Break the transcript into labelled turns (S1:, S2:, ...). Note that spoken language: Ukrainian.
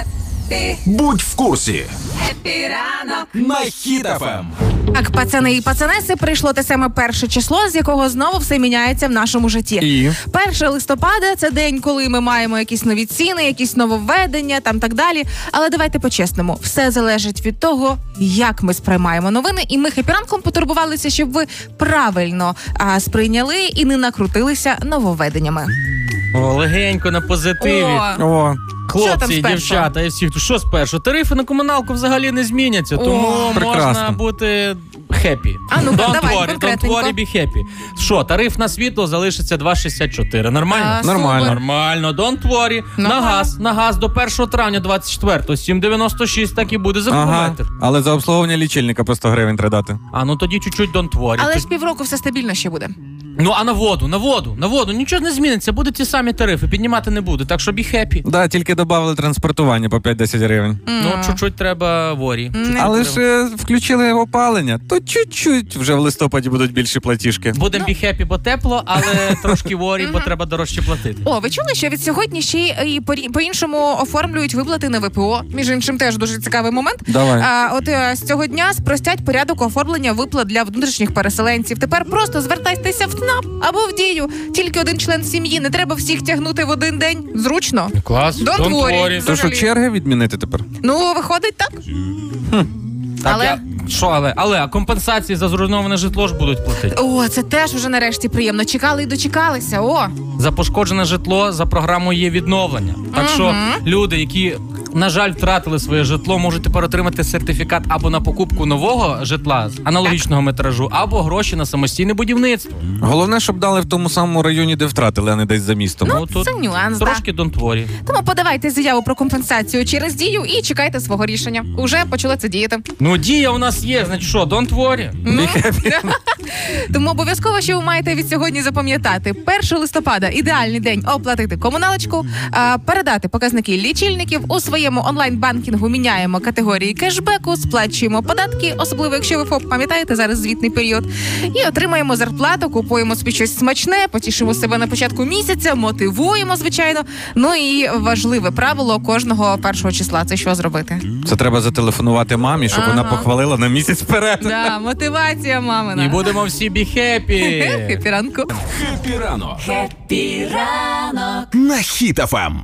S1: Епі,
S2: Будь в курсі
S1: епі ранок.
S2: на Ем. хітафем.
S3: Так, пацани і пацанеси, прийшло те саме перше число, з якого знову все міняється в нашому житті.
S2: І?
S3: Перше листопада це день, коли ми маємо якісь нові ціни, якісь нововведення, там так далі. Але давайте по-чесному, все залежить від того, як ми сприймаємо новини, і ми хепіранком потурбувалися, щоб ви правильно а, сприйняли і не накрутилися нововведеннями.
S4: О, легенько на позитиві.
S3: О.
S4: О.
S3: Що там
S4: Хлопці,
S3: з першого?
S4: дівчата і всі, хто- що спершу? Тарифи на комуналку взагалі не зміняться, тому можна
S2: прекрасно.
S4: бути хеппі.
S3: А ну-ка,
S4: Don't
S3: давай,
S4: worry, don't
S3: конкретненько.
S4: worry, be happy. Що, тариф на світло залишиться 2,64. Нормально?
S3: А, Нормально. супер.
S4: Нормально. Don't worry.
S3: Нормально.
S4: На газ, на газ до 1 травня 24 7,96 так і буде за
S5: Ага,
S4: кілометр.
S5: але за обслуговування лічильника по 100 гривень треба дати.
S4: А ну тоді чуть-чуть don't worry.
S3: Але
S4: Тоді-
S3: ж півроку все стабільно ще буде.
S4: Ну а на воду, на воду, на воду. Нічого не зміниться, будуть ті самі тарифи, піднімати не буде, так що be happy.
S5: Да, тільки додали транспортування по 5-10 гривень.
S4: Ну, чуть-чуть треба ворі.
S3: Не
S5: Але ж е, включили опалення, то чуть-чуть вже в листопаді будуть більші платіжки.
S4: Будемо
S3: Ну.
S4: бі хепі, бо тепло, але трошки ворі, бо треба дорожче платити.
S3: О, ви чули, що від сьогодні ще й- і порі- по-іншому оформлюють виплати на ВПО. Між іншим, теж дуже цікавий момент.
S5: Давай.
S3: А, от е, з цього дня спростять порядок оформлення виплат для внутрішніх переселенців. Тепер просто звертайтеся в ЦНАП або в дію. Тільки один член сім'ї. Не треба всіх тягнути в один день. Зручно.
S4: Клас,
S3: Don't Don't worry. worry.
S5: То що
S3: взагалі.
S5: черги відмінити тепер?
S3: Ну, виходить так. Але-
S4: Що, але? Але, а компенсації за зруйноване житло ж будуть платити.
S3: О, це теж уже нарешті приємно. Чекали і дочекалися. О,
S4: За пошкоджене житло за програмою є відновлення. Так що люди, які, на жаль, втратили своє житло, можуть тепер отримати сертифікат або на покупку нового житла з аналогічного метражу, або гроші на самостійне будівництво.
S5: Головне, щоб дали в тому самому районі, де втратили, а не десь за містом.
S4: Ну, тут
S3: це нюанс, да.
S4: Трошки don't worry.
S3: тому подавайте заяву про компенсацію через дію і чекайте свого рішення. Уже почало це діяти.
S4: Ну, дія у нас є, значить що, don't worry.
S3: Ну. Тому обов'язково, що ви маєте від сьогодні запам'ятати 1 листопада ідеальний день оплатити комуналочку, а, передати показники лічильників у своєму онлайн-банкінгу. Міняємо категорії кешбеку, сплачуємо податки, особливо якщо ви ФОП пам'ятаєте зараз звітний період. І отримаємо зарплату, купуємо собі щось смачне, потішимо себе на початку місяця, мотивуємо звичайно. Ну і важливе правило кожного першого числа це що зробити.
S5: Це треба зателефонувати мамі, щоб вона
S3: Ну. Ага.
S5: похвалила на місяць вперед.
S3: Да, мотивація мамина.
S4: І будемо всі be happy.
S3: Хеппі ранку.
S2: Хеппі ранок
S1: Епі ранок.
S2: на Ем. хітафем.